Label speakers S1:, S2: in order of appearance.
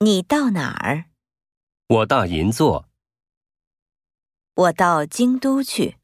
S1: 你到哪儿？
S2: 我到银座。
S1: 我到京都去。